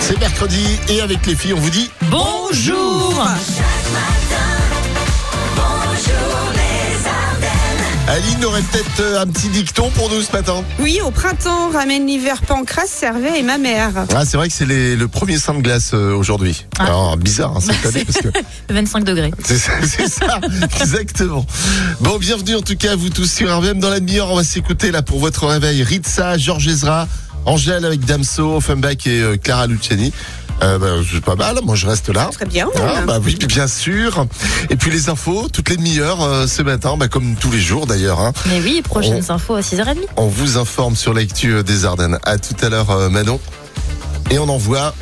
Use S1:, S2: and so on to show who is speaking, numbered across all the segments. S1: C'est mercredi et avec les filles, on vous dit
S2: Bonjour
S1: Aline aurait peut-être euh, un petit dicton pour nous ce matin.
S2: Oui, au printemps, ramène l'hiver Pancras, Servet et ma mère.
S1: Ah, c'est vrai que c'est les- le premier saint de glace euh, aujourd'hui. Alors, bizarre hein, cette année parce que
S3: 25 degrés.
S1: c'est ça, c'est ça, exactement. Bon, bienvenue en tout cas à vous tous sur RVM dans la demi-heure. On va s'écouter là pour votre réveil. Ritza, Georges Ezra, Angèle avec Damso, Offenbach et euh, Clara Luciani. Euh, bah, c'est pas mal, moi je reste là.
S2: Très bien. hein.
S1: Ah, bah oui, bien sûr. Et puis les infos, toutes les demi-heures euh, ce matin, bah, comme tous les jours d'ailleurs. hein.
S3: Mais oui, prochaines infos à 6h30.
S1: On vous informe sur l'actu euh, des Ardennes. À tout à l'heure, euh, Manon. Et on envoie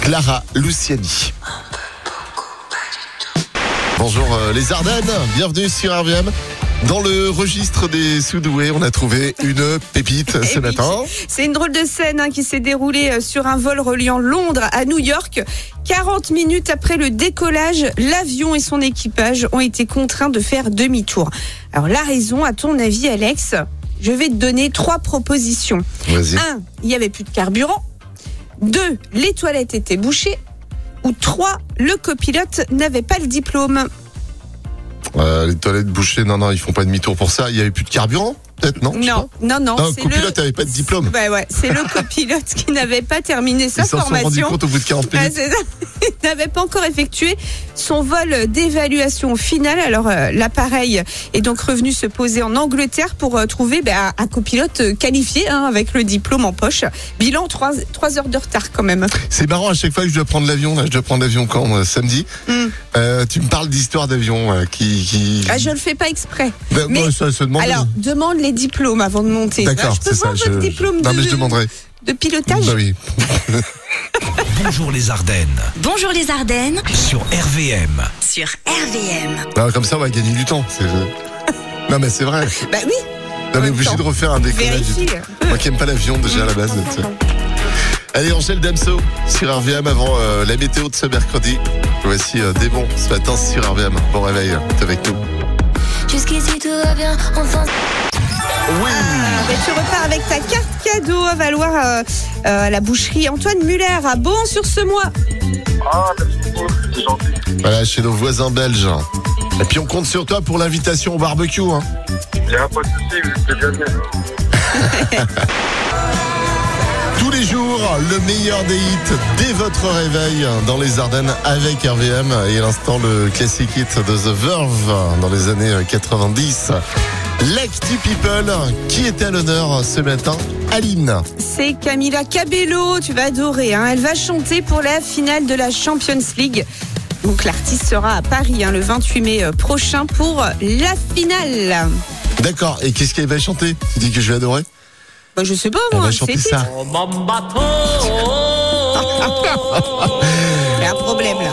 S1: Clara Luciani. Bonjour euh, les Ardennes, bienvenue sur RVM. Dans le registre des Soudoués, on a trouvé une pépite ce
S2: oui.
S1: matin.
S2: C'est une drôle de scène hein, qui s'est déroulée euh, sur un vol reliant Londres à New York. 40 minutes après le décollage, l'avion et son équipage ont été contraints de faire demi-tour. Alors la raison, à ton avis Alex, je vais te donner trois propositions.
S1: Vas-y.
S2: 1. Il n'y avait plus de carburant. 2. Les toilettes étaient bouchées. Ou 3. Le copilote n'avait pas le diplôme.
S1: Euh, les toilettes bouchées, non, non, ils font pas demi-tour pour ça. Il y avait plus de carburant, peut-être, non Je sais
S2: Non, non, non.
S1: pas. Non, le
S2: c'est
S1: copilote n'avait pas de diplôme.
S2: Ouais, Bah ouais, c'est le copilote qui n'avait pas terminé sa
S1: Ils s'en sont rendus
S2: formation.
S1: compte au bout de 40
S2: Ouais,
S1: minutes.
S2: c'est ça. Il n'avait pas encore effectué son vol d'évaluation finale. Alors euh, l'appareil est donc revenu se poser en Angleterre pour euh, trouver bah, un copilote euh, qualifié hein, avec le diplôme en poche. Bilan 3, heures de retard quand même.
S1: C'est marrant, à chaque fois que je dois prendre l'avion, là, je dois prendre l'avion quand euh, Samedi.
S2: Mm.
S1: Euh, tu me parles d'histoire d'avion euh, qui. qui...
S2: Ah, je le fais pas exprès.
S1: Ben,
S2: mais-
S1: moi, ça se demande.
S2: Alors, demande les diplômes avant de monter. Ah,
S1: D'accord,
S2: je peux
S1: c'est ça.
S2: voir
S1: Je...
S2: votre diplôme
S1: Non,
S2: de,
S1: mais je demanderai.
S2: de pilotage
S1: Bah oui.
S4: Bonjour les Ardennes
S5: Bonjour les Ardennes
S4: sur RVM.
S5: sur RVM.
S1: Non, Bah, comme ça, on va gagner du temps. c'est- Non, mais c'est vrai.
S2: Bah oui,
S1: On est
S2: même
S1: obligé
S2: temps.
S1: de refaire un décollage.
S2: vérifie.
S1: Moi qui aime pas l'avion déjà à la base. tu sais. Allez, Angèle Damso sur RVM avant euh, la météo de ce mercredi. Voici euh, des bons ce matin sur RVM. Bon réveil, euh, t'es avec nous.
S6: Jusqu'ici tout va bien, enfin
S1: Oui!
S2: Ah, bah, tu repars avec ta carte cadeau à valoir euh, euh, à la boucherie Antoine Muller à Bon sur ce mois.
S7: Ah,
S1: Voilà, chez nos voisins belges. Et puis on compte sur toi pour l'invitation au barbecue. Hein.
S7: Il n'y a pas de souci, vous êtes déjà venu.
S1: Tous les jours, le meilleur des hits dès votre réveil dans les Ardennes avec RVM. Et à l'instant, le classique hit de The Verve dans les années 90. L'Acti People, qui était à l'honneur ce matin Aline.
S2: C'est Camila Cabello, tu vas adorer. hein. Elle va chanter pour la finale de la Champions League. Donc l'artiste sera à Paris hein, le 28 mai euh, prochain pour la finale.
S1: D'accord, et qu'est-ce qu'elle va chanter Tu dis que je vais adorer
S2: Bah, je sais pas
S1: Elle
S2: moi,
S1: va
S2: c'est
S1: chanter ça.
S2: Il y a un problème là.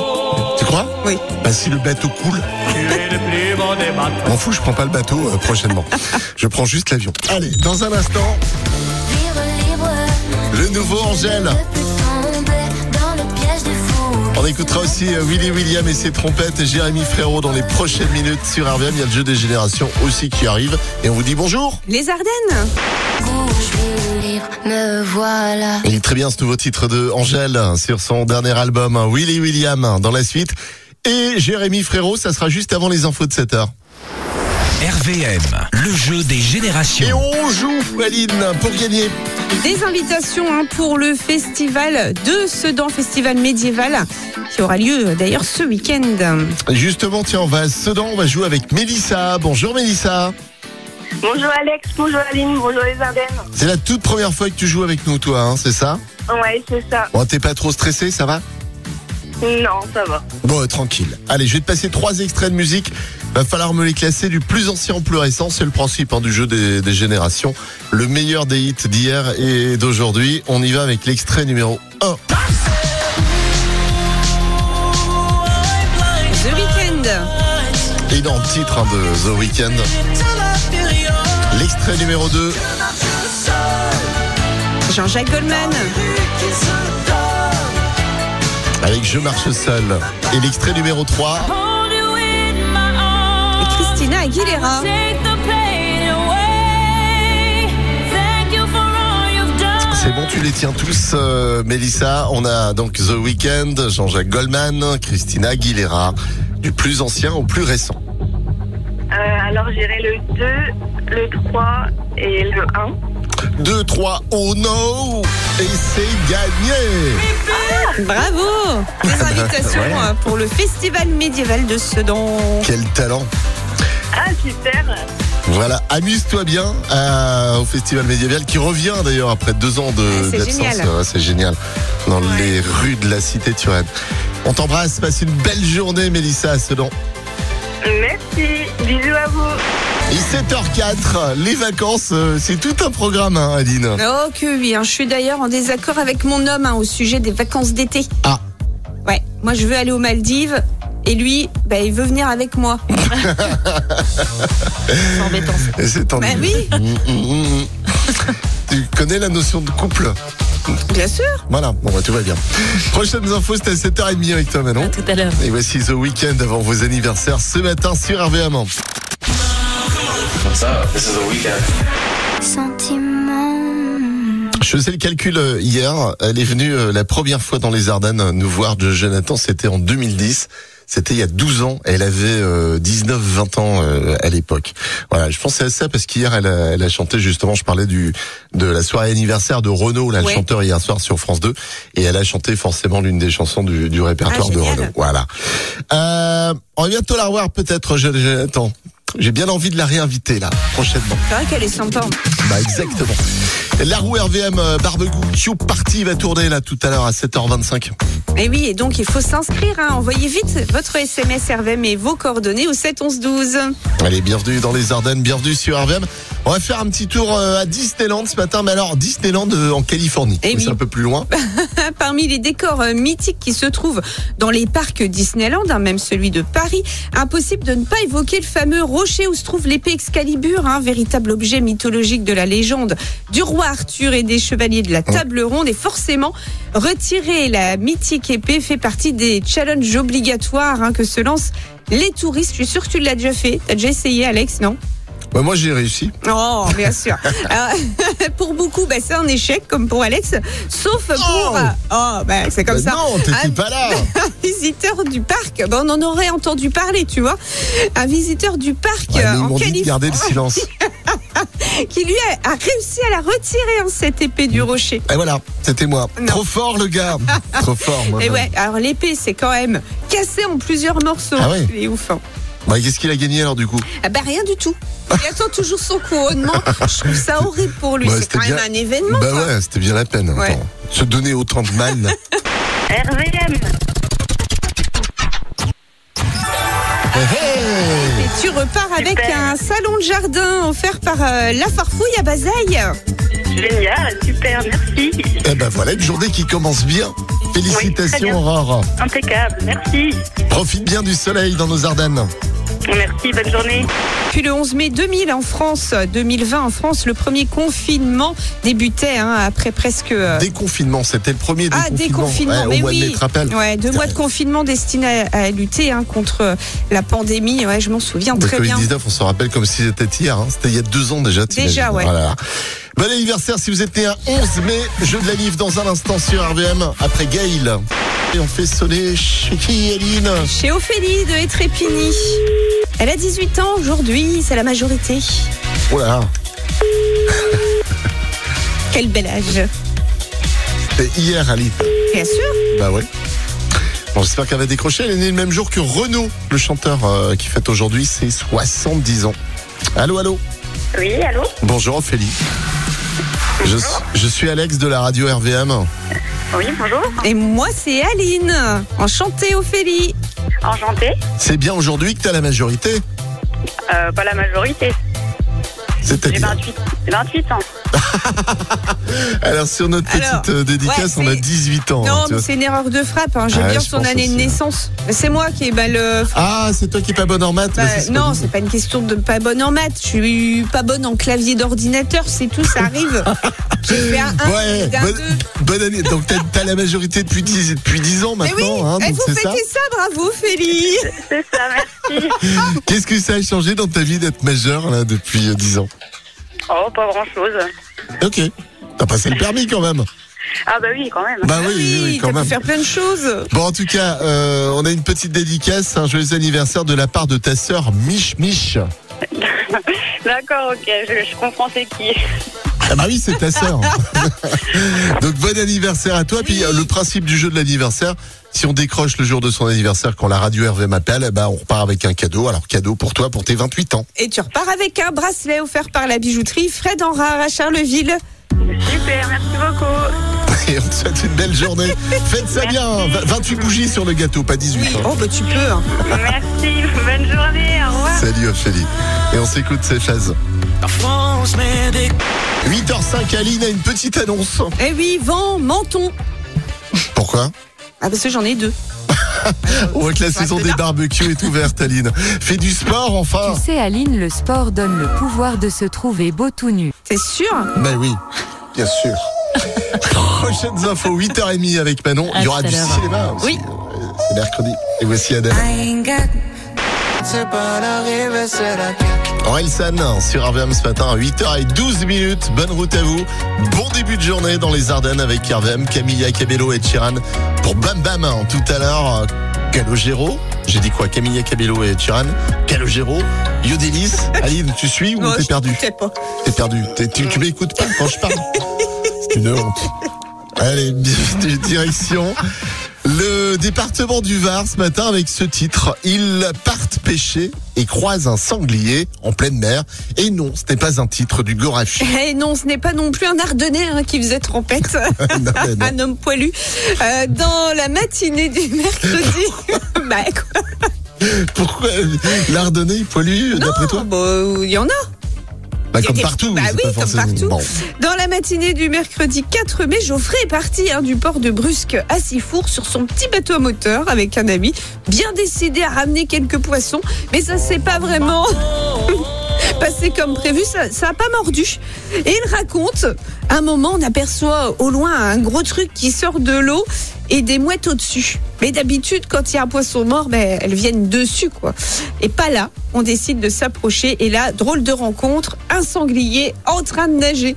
S1: Tu crois
S2: Oui.
S1: Bah si le bateau coule. M'en fous, je prends pas le bateau euh, prochainement. je prends juste l'avion. Allez, dans un instant,
S6: vivre libre.
S1: le nouveau Angèle.
S6: Ne plus tomber dans le piège des fous.
S1: Ah. On écoutera aussi euh, Willy William et ses trompettes et Jérémy Frérot dans les prochaines minutes sur RVM. Il y a le jeu des générations aussi qui arrive. Et on vous dit bonjour.
S2: Les Ardennes
S1: euh,
S6: Je suis libre, me voilà.
S1: Il est très bien ce nouveau titre de Angèle hein, sur son dernier album hein, Willy William dans la suite. Et Jérémy Frérot, ça sera juste avant les infos de 7h.
S4: RVM, le jeu des
S1: Et
S4: générations.
S1: on joue, Aline, pour gagner.
S2: Des invitations hein, pour le festival de Sedan, festival médiéval, qui aura lieu euh, d'ailleurs ce week-end.
S1: Et Justement, tiens, on va à Sedan, on va jouer avec Mélissa. Bonjour Mélissa.
S8: Bonjour Alex, bonjour Aline, bonjour les Ardennes.
S1: C'est la toute première fois que tu joues avec nous, toi, hein, c'est ça
S8: Ouais, c'est ça.
S1: Bon, t'es pas trop stressé, ça va
S8: Non, ça va.
S1: Bon, euh, tranquille. Allez, je vais te passer trois extraits de musique. Va falloir me les classer du plus ancien au plus récent. C'est le principe hein, du jeu des, des générations. Le meilleur des hits d'hier et d'aujourd'hui. On y va avec l'extrait numéro 1.
S2: The Weekend
S1: Énorme titre hein, de The Weeknd. L'extrait numéro 2.
S2: Jean-Jacques Goldman,
S1: Avec Je marche seul. Et l'extrait numéro 3.
S2: et Christina Aguilera.
S1: C'est bon, tu les tiens tous, euh, Mélissa. On a donc The Weeknd, Jean-Jacques Goldman, Christina Aguilera, du plus ancien au plus récent.
S8: Euh, alors j'irai le 2, le 3 et le 1.
S1: 2, 3, oh no Et c'est gagné
S2: Bravo Des invitations
S1: Ouais.
S2: euh, pour le festival médiéval de Sedan.
S1: Quel talent
S8: Ah super
S1: Voilà, amuse-toi bien euh, au Festival médiéval qui revient d'ailleurs après deux ans de-
S2: Ouais, Ah, c'est
S1: d'absence.
S2: génial.
S1: Ouais, c'est génial. Dans les rues de la cité de Turin. On t'embrasse, passe une belle journée Mélissa à Sedan.
S8: Merci, bisous à vous.
S1: Et 7h04, les vacances, euh, c'est tout un programme hein, Aline.
S2: Oh que oui, hein. je suis d'ailleurs en désaccord avec mon homme hein, au sujet des vacances d'été.
S1: Ah.
S2: Ouais, moi je veux aller aux Maldives et lui, bah, il veut venir avec moi.
S1: Oh,
S3: C'est embêtant. ça.
S1: Et C'est
S2: Bah
S1: ennuyeux.
S2: oui,
S1: Mm, mm, mm. tu connais la notion de couple
S2: bien sûr.
S1: Voilà, bon bah tout va bien. Prochaines infos, c'était à 7h30 avec toi Manon.
S3: À tout à l'heure.
S1: Et voici The Weeknd avant vos anniversaires ce matin sur RVM.
S6: Sentiment.
S1: Je faisais le calcul euh, hier. Elle est venue euh, la première fois dans les Ardennes euh, nous voir de Jonathan. C'était en 2010. C'était il y a 12 ans. Elle avait 19-20 ans euh, à l'époque. Voilà, je pensais à ça parce qu'hier, elle a, elle a chanté justement, je parlais du de la soirée anniversaire de Renaud, là, le
S2: Ouais.
S1: chanteur hier soir sur France 2. Et elle a chanté forcément l'une des chansons du, du répertoire
S2: Ah,
S1: de
S2: génial.
S1: Renaud. Voilà. Euh, on va bientôt la revoir peut-être, Jo- Jonathan. J'ai bien envie de la réinviter là, prochainement.
S2: C'est vrai qu'elle est sympa. hein.
S1: Bah exactement. La roue RVM euh, Barbecue Tube Party va tourner là tout à l'heure à 7h25.
S2: Et oui, et donc il faut s'inscrire. hein. Envoyez vite votre SMS RVM et vos coordonnées au 7 11 12.
S1: Allez, bienvenue dans les Ardennes, bienvenue sur RVM. On va faire un petit tour euh, à Disneyland ce matin, mais alors Disneyland euh, en Californie.
S2: Eh
S1: Mais
S2: oui.
S1: C'est un peu plus loin.
S2: Parmi les décors euh, mythiques qui se trouvent dans les parcs Disneyland, hein, même celui de Paris, impossible de ne pas évoquer le fameux rocher où se trouve l'épée Excalibur, un véritable objet mythologique de la légende du roi Arthur et des chevaliers de la table ronde. Et forcément, retirer la mythique épée fait partie des challenges obligatoires hein, que se lancent les touristes. Je suis sûre que tu l'as déjà fait. T'as déjà essayé, Alex, non
S1: Bah, moi j'ai réussi.
S2: Oh, bien sûr. Alors, pour beaucoup, bah, c'est un échec, comme pour Alex, sauf pour...
S1: Oh.
S2: Oh, bah, c'est comme
S1: Bah,
S2: ça
S1: Non, t'étais
S2: Ah.
S1: pas là.
S2: visiteur du parc, ben, on en aurait entendu parler, tu vois. Un visiteur du parc
S1: Ouais, mais
S2: euh,
S1: ils
S2: en
S1: m'ont dit de garder
S2: Californie
S1: le silence.
S2: qui lui a, a réussi à la retirer, hein, cette épée
S1: Mmh.
S2: du rocher.
S1: Et voilà, c'était moi.
S2: Non.
S1: Trop fort le gars. Trop fort. Moi,
S2: Et ouais, alors l'épée, c'est quand même cassé en plusieurs morceaux.
S1: Ah ouais.
S2: C'est ouf. hein.
S1: Bah, Qu'est-ce qu'il a gagné alors du coup
S2: Ah bah rien du tout. Il attend toujours son couronnement. Je trouve ça horrible pour lui.
S1: Bah,
S2: c'est
S1: c'était
S2: quand même
S1: bien.
S2: un événement.
S1: Bah
S2: quoi.
S1: ouais, c'était bien la peine.
S2: Ouais.
S1: Attends, Se donner autant de mal.
S8: RVM,
S1: Eh, hey
S2: Et tu repars avec
S8: Super.
S2: un salon de jardin offert par euh, la farfouille à Bazaille.
S8: génial, super, merci.
S1: Eh ben voilà, une journée qui commence bien. Félicitations
S8: Oui, très bien.
S1: Aurore.
S8: Impeccable, merci.
S1: Profite bien du soleil dans nos Ardennes.
S8: Merci, bonne journée.
S2: Puis le 11 mai 2000 en France, 2020 en France, le premier confinement débutait hein, après presque euh,
S1: Déconfinement, c'était le premier
S2: ah
S1: déconfinement. Ouais,
S2: déconfinement,
S1: au
S2: mais
S1: mois de mai,
S2: oui,
S1: tu te rappelles
S2: ouais, deux mois de confinement destinés à, à lutter hein, contre la pandémie. Ouais, je m'en souviens
S1: Le
S2: très bien.
S1: Covid-19, on se rappelle comme si c'était hier. hein. C'était il y a deux ans déjà. t'imagines.
S2: Déjà, ouais.
S1: Voilà. Bon anniversaire si vous êtes né un 11 mai. Jeu de la livre dans un instant sur RVM après Gail. Et on fait sonner chez qui, Aline
S2: Chez Ophélie de Étrépigny. Elle a 18 ans aujourd'hui, c'est la majorité.
S1: Oh là là,
S2: Quel bel âge.
S1: c'était hier, Aline.
S2: Bien sûr.
S1: Bah ouais. Bon, j'espère qu'elle va décrocher. Elle est née le même jour que Renaud, le chanteur euh, qui fête aujourd'hui ses 70 ans. Allô, allô
S8: Oui, allô
S1: Bonjour Ophélie. Je, s- je suis Alex de la radio RVM.
S8: Oui, bonjour.
S2: Et moi, c'est Aline. Enchantée, Ophélie.
S8: Enchantée.
S1: C'est bien aujourd'hui que t'as la majorité.
S8: Euh, pas la majorité, j'ai
S1: C'est-à-dire.
S8: 28, 28 ans.
S1: Alors sur notre petite
S2: Alors,
S1: euh, dédicace,
S2: ouais,
S1: on a
S2: c'est-
S1: 18 ans. hein,
S2: Non,
S1: tu
S2: mais
S1: vois.
S2: c'est une erreur de frappe. hein. J'ai
S1: Ah ouais,
S2: bien
S1: je
S2: son
S1: pense
S2: année de
S1: aussi, hein.
S2: naissance. Mais C'est moi qui ai bah, le
S1: Ah, c'est toi qui es pas bonne en maths.
S2: Bah,
S1: mais ça, c'est pas
S2: non,
S1: grave.
S2: c'est pas une question de pas bonne en maths. Je suis pas bonne en clavier d'ordinateur, c'est tout, ça arrive. J'ai fait un 1,
S1: Ouais,
S2: un
S1: bonne,
S2: 2.
S1: bonne année. Donc t'as t'as la majorité depuis 10, depuis 10 ans
S2: Mais oui,
S1: maintenant. hein,
S2: eh,
S1: donc
S2: vous
S1: c'est ça.
S2: fêtez ça, bravo Félix
S8: C'est ça, merci.
S1: Qu'est-ce que ça a changé dans ta vie d'être majeur là depuis euh, 10 ans
S8: Oh, pas grand chose.
S1: Ok. T'as passé le permis quand même.
S8: Ah bah oui, quand même.
S1: Bah
S2: Ah
S1: oui, oui, oui,
S2: t'as
S1: quand
S2: pu
S1: même.
S2: faire plein de choses.
S1: Bon, en tout cas, euh, on a une petite dédicace, un joyeux anniversaire de la part de ta sœur Mich Mich.
S8: D'accord, ok, je, je comprends c'est qui.
S1: Ah bah oui, c'est ta sœur. Donc bon anniversaire à toi. Puis euh, le principe du jeu de l'anniversaire, si on décroche le jour de son anniversaire quand la radio Hervé m'appelle, eh ben, on repart avec un cadeau. Alors cadeau pour toi, pour tes 28 ans.
S2: Et tu repars avec un bracelet offert par la bijouterie Fred Enrard à Charleville.
S8: Super, merci beaucoup.
S1: Et on te souhaite une belle journée. Faites ça bien. V- 28 bougies sur le gâteau, pas 18. hein.
S2: Oh bah tu peux. hein.
S8: Merci, bonne journée, au revoir.
S1: Salut Ophélie. Et on s'écoute ces phases. 8h05, Aline a une petite annonce.
S2: Eh oui, vent, menton.
S1: Pourquoi
S2: Ah parce que j'en ai deux.
S1: On voit que la saison des barbecues est ouverte, Aline. Fais du sport, enfin
S9: Tu sais, Aline, le sport donne le pouvoir de se trouver beau tout nu.
S2: T'es sûr
S1: Ben oui, bien sûr. Prochaines infos, 8h30 avec Manon.
S3: À
S1: Il y aura
S3: tout à
S1: du
S3: l'heure.
S1: cinéma aussi.
S3: Oui.
S1: Euh, C'est mercredi. Et voici Adèle. Orelsan hein, sur RVM ce matin à 8h12 minutes. Bonne route à vous. Bon début de journée dans les Ardennes avec RVM, Camilla Cabello et Chiran pour Bam Bam. hein, Tout à l'heure, euh, Calogero. J'ai dit quoi Camilla Cabello et Chiran. Calogero. Yodelis. Aline, tu suis ou
S2: Non,
S1: t'es
S2: Oh, je
S1: perdu
S2: sais pas.
S1: T'es perdu. T'es- tu tu m'écoutes pas quand je parle. C'est une honte. Allez, di- direction le département du Var ce matin avec ce titre. Ils partent pêcher et croisent un sanglier en pleine mer. Et non, ce n'est pas un titre du Gorafi.
S2: Eh non, ce n'est pas non plus un Ardennais hein, qui faisait trompette.
S1: Non, mais Ah non.
S2: un homme poilu. Euh, dans la matinée du mercredi. bah quoi
S1: Pourquoi l'Ardennais est poilu, d'après toi
S2: bah, euh, Il y en a.
S1: bah,
S2: il y a
S1: Comme
S2: des-
S1: partout.
S2: Bah
S1: c'est
S2: oui,
S1: pas
S2: comme
S1: forcément-
S2: partout.
S1: Bon.
S2: Dans la matinée du mercredi 4 mai, Geoffrey est parti hein, du port de Brusque à Sifour sur son petit bateau à moteur avec un ami, bien décidé à ramener quelques poissons. Mais ça s'est pas vraiment passé comme prévu, ça n'a pas mordu. Et il raconte, à un moment, on aperçoit au loin un gros truc qui sort de l'eau et des mouettes au-dessus. Mais d'habitude, quand il y a un poisson mort, ben, elles viennent dessus, quoi. Et pas là, on décide de s'approcher. Et là, drôle de rencontre, un sanglier en train de nager.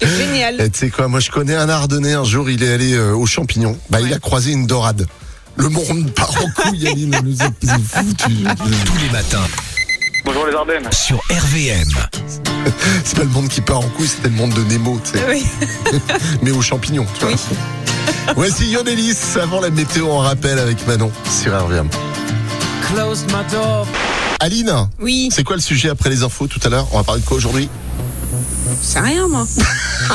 S2: C'est génial.
S1: Eh, tu sais quoi, moi je connais un Ardennais, un jour il est allé euh, aux champignons, bah, il a croisé une dorade. Le monde part en couille, Aline, nous est- nous est foutus.
S4: Tous les matins
S7: Bonjour les Ardennes.
S4: sur RVM.
S1: C'est pas le monde qui part en couille, c'était le monde de Nemo, tu sais,
S2: Oui.
S1: mais aux champignons. Tu vois. Voici Yonelis avant la météo en rappel avec Manon sur RVM. Aline,
S2: Oui,
S1: c'est quoi le sujet après les infos tout à l'heure On va parler de quoi aujourd'hui
S2: c'est rien, moi. Ah,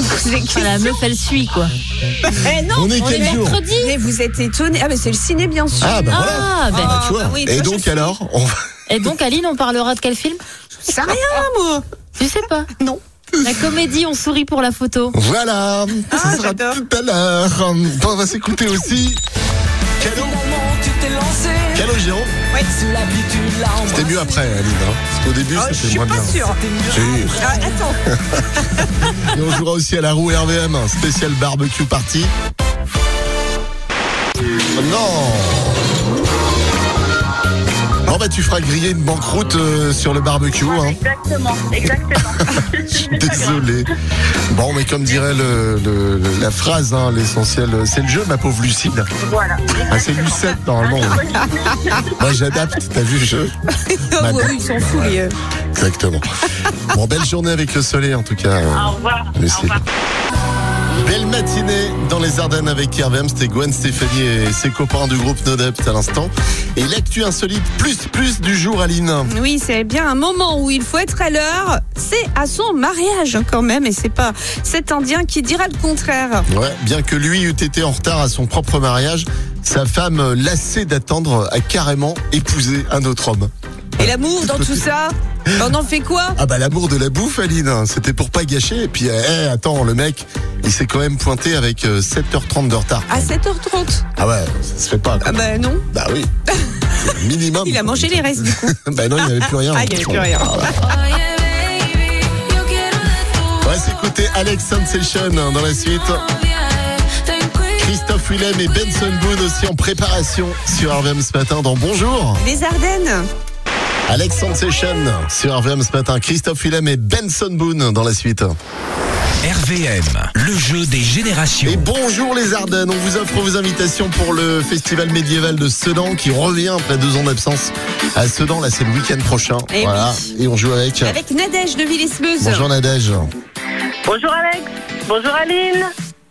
S3: Enfin, la meuf, elle suit, quoi.
S2: Eh non,
S1: On est quel jour
S3: mercredi.
S2: Mais vous êtes étonnés. Ah, mais c'est le ciné, bien sûr.
S1: Ah bah voilà
S3: Ah, ben.
S1: Bah, tu vois.
S2: bah oui,
S1: Et
S2: toi, je
S1: donc
S2: sais.
S1: alors on va-
S3: Et donc, Aline, on parlera de quel film
S2: C'est rien, moi.
S3: Tu sais pas
S2: Non.
S3: La comédie, on sourit pour la photo.
S1: Voilà Ce sera
S2: Ah, j'adore.
S1: tout à l'heure Bon, On va s'écouter aussi Calo Calogero
S2: Oui.
S1: C'était mieux après, Aline. hein. Parce qu'au début,
S2: Ah, je
S1: c'était
S2: suis
S1: moins
S2: pas
S1: bien.
S2: sûre.
S1: Si.
S2: Ah, attends.
S1: Et on jouera aussi à la roue RVM, un spécial barbecue party. Oh Non Bon bah tu feras griller une banqueroute euh, sur le barbecue, hein.
S8: Exactement, exactement.
S1: Désolé. Bon mais comme dirait le- le- la phrase, hein, l'essentiel, euh, c'est le jeu, ma pauvre Lucille.
S8: Voilà.
S1: Ah c'est Lucette normalement. Moi j'adapte, t'as vu le jeu
S2: Ah,
S1: Madame.
S2: ouais, ils s'en foutent, les, euh.
S1: Exactement. Bon belle journée avec le soleil en tout cas. euh,
S8: Au revoir.
S1: Lucille.
S8: Au revoir.
S1: Belle matinée dans les Ardennes avec RVM, c'était Gwen Stéphanie et ses copains du groupe Nodept à l'instant. Et l'actu insolite plus plus du jour Aline.
S2: Oui, c'est bien un moment où il faut être à l'heure. C'est à son mariage hein, quand même, et c'est pas cet Indien qui dira le contraire.
S1: Ouais, bien que lui eût été en retard à son propre mariage, sa femme euh, lassée d'attendre a carrément épousé un autre homme.
S2: Et l'amour dans tout ça, on en fait quoi
S1: Ah bah l'amour de la bouffe Aline, hein, c'était pour pas gâcher et puis euh, eh, attends le mec, il s'est quand même pointé avec euh, 7h30 de retard.
S2: À 7h30
S1: Ah ouais, ça se fait pas. quoi.
S2: Ah bah non,
S1: Bah oui. C'est le Minimum.
S2: il a mangé les restes du coup.
S1: Bah non, il n'y avait plus rien.
S2: Ah, il n'y avait plus rien.
S1: On va s'écouter Alex Sensation hein, dans la suite. Christophe Willem et Benson Boone aussi en préparation sur RVM ce matin dans Bonjour.
S2: Les Ardennes
S1: Alex Sensation sur RVM ce matin. Christophe Willem et Benson Boone dans la suite.
S4: RVM, le jeu des générations.
S1: Et bonjour les Ardennes, on vous offre vos invitations pour le festival médiéval de Sedan qui revient après deux ans d'absence à Sedan. Là, c'est le week-end prochain.
S2: Eh
S1: voilà. Et on joue avec.
S2: Avec Nadège de Villesmeuse.
S1: Bonjour Nadège.
S8: Bonjour Alex. Bonjour Aline.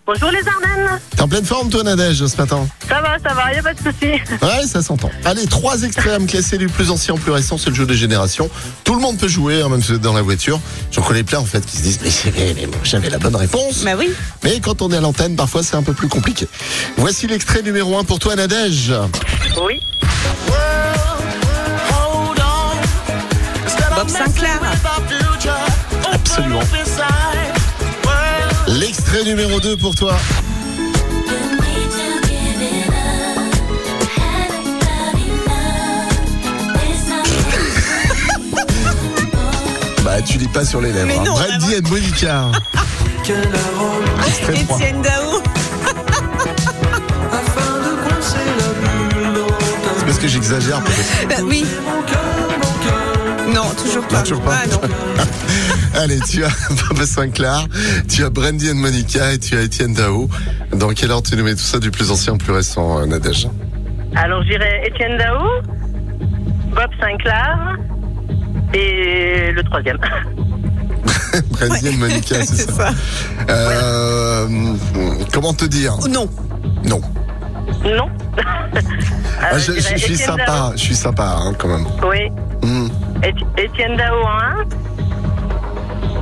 S8: Bonjour les Ardennes.
S1: T'es en pleine forme toi Nadège ce matin
S8: Ça va, ça va, y a pas de souci.
S1: Ouais, ça s'entend. Allez, trois extraits à me classer du plus ancien au plus récent, c'est le jeu des générations. Tout le monde peut jouer, hein, même si vous êtes dans la voiture. J'en connais plein en fait qui se disent mais, j'avais- mais moi, j'avais la bonne réponse.
S2: Bah oui.
S1: Mais quand on est à l'antenne, parfois c'est un peu plus compliqué. Voici l'extrait numéro un pour toi Nadège.
S8: Oui.
S2: Bob Sinclair.
S1: Absolument. L'extrait numéro 2 pour toi. Bah, tu lis pas sur les lèvres.
S2: Mais
S1: hein.
S2: non,
S1: Brady and Monica. Extrait 3.
S2: Étienne Dao.
S1: C'est parce que j'exagère. peut-être.
S2: Bah oui. Non, toujours pas.
S1: Non, toujours pas.
S2: Ah non.
S1: Allez, tu as Bob Sinclair, tu as Brandy and Monica et tu as Étienne Dao. Dans quelle heure tu nous mets tout ça du plus ancien au plus récent, euh, Nadège
S8: Alors j'irai Étienne Dao, Bob Sinclair et le troisième.
S1: Brandy and Monica, c'est ça. Euh, comment te dire
S2: Non.
S1: Non.
S8: Euh, Non.
S1: Ah,
S8: Alors,
S1: je, je- je
S8: dirais
S1: suis
S8: Étienne
S1: sympa, je suis sympa hein, quand même.
S8: Dao. Oui.
S1: Hmm.
S8: Éti- Étienne Dao en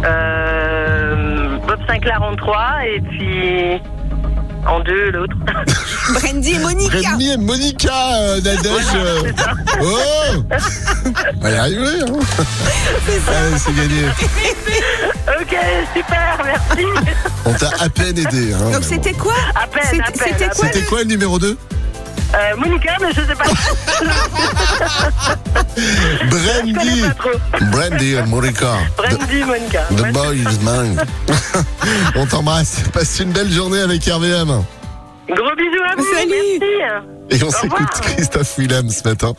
S8: 1. euh, Bob Sinclair en 3. Et puis en 2, l'autre.
S2: Brandy et Monica.
S1: Rémi et Monica, euh, Nadège. euh, Oh On est arrivé, hein Allez, c'est gagné.
S8: ok, super, merci.
S1: On t'a à peine aidé. hein,
S2: Donc
S1: mais bon.
S2: c'était quoi
S8: À peine,
S2: C'est-
S8: à peine,
S2: C'était
S8: à
S2: quoi
S1: C'était
S2: le-
S1: quoi le numéro 2
S8: Euh, Monica, mais je sais pas. je connais
S1: Brandy.
S8: pas trop.
S1: Brandy and Monica. The,
S8: Brandy, Monica.
S1: the boys, man. On t'embrasse. Passe une belle journée avec RVM.
S8: Gros bisous à vous.
S2: Salut.
S8: Merci.
S1: Et on
S8: Au
S1: s'écoute
S8: revoir.
S1: Christophe Willem ce matin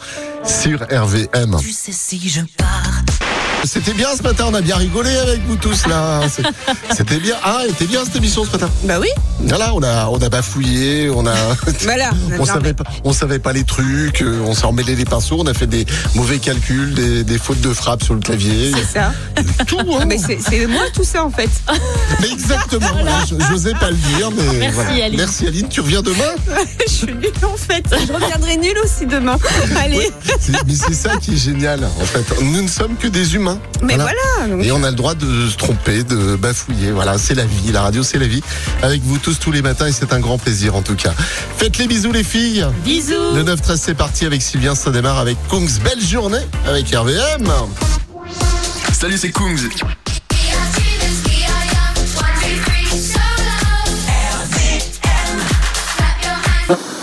S1: sur RVM.
S5: Tu sais si je pars.
S1: C'était bien ce matin, on a bien rigolé avec vous tous là. C'est- C'était bien. Ah, c'était bien cette émission ce matin.
S2: Bah oui.
S1: Voilà, on a, on a bafouillé, on a.
S2: Voilà.
S1: On savait, pas, on savait pas les trucs, euh, on s'est emmêlé les pinceaux, on a fait des mauvais calculs, des, des fautes de frappe sur le clavier.
S2: C'est ça. Ah,
S1: Tout, hein.
S2: Mais c'est- c'est moi tout ça en fait.
S1: Mais exactement, voilà, je n'osais pas le dire, mais
S3: Merci,
S1: voilà.
S3: Aline.
S1: Merci Aline, tu reviens demain
S2: Je suis nulle en fait. Je reviendrai nulle aussi demain. Allez.
S1: C'est- Mais c'est ça qui est génial, en fait. Nous ne sommes que des humains.
S2: Mais
S1: Voilà.
S2: voilà. donc,
S1: Et on a le droit de se tromper, de bafouiller. Voilà, c'est la vie. La radio, c'est la vie. Avec vous tous tous les matins et c'est un grand plaisir en tout cas. Faites les bisous les filles.
S3: Bisous.
S1: Le 9-13, c'est parti avec Sylvien. Ça démarre avec Kungs. Belle journée avec RVM.
S10: Salut, c'est Kungs.
S6: RVM.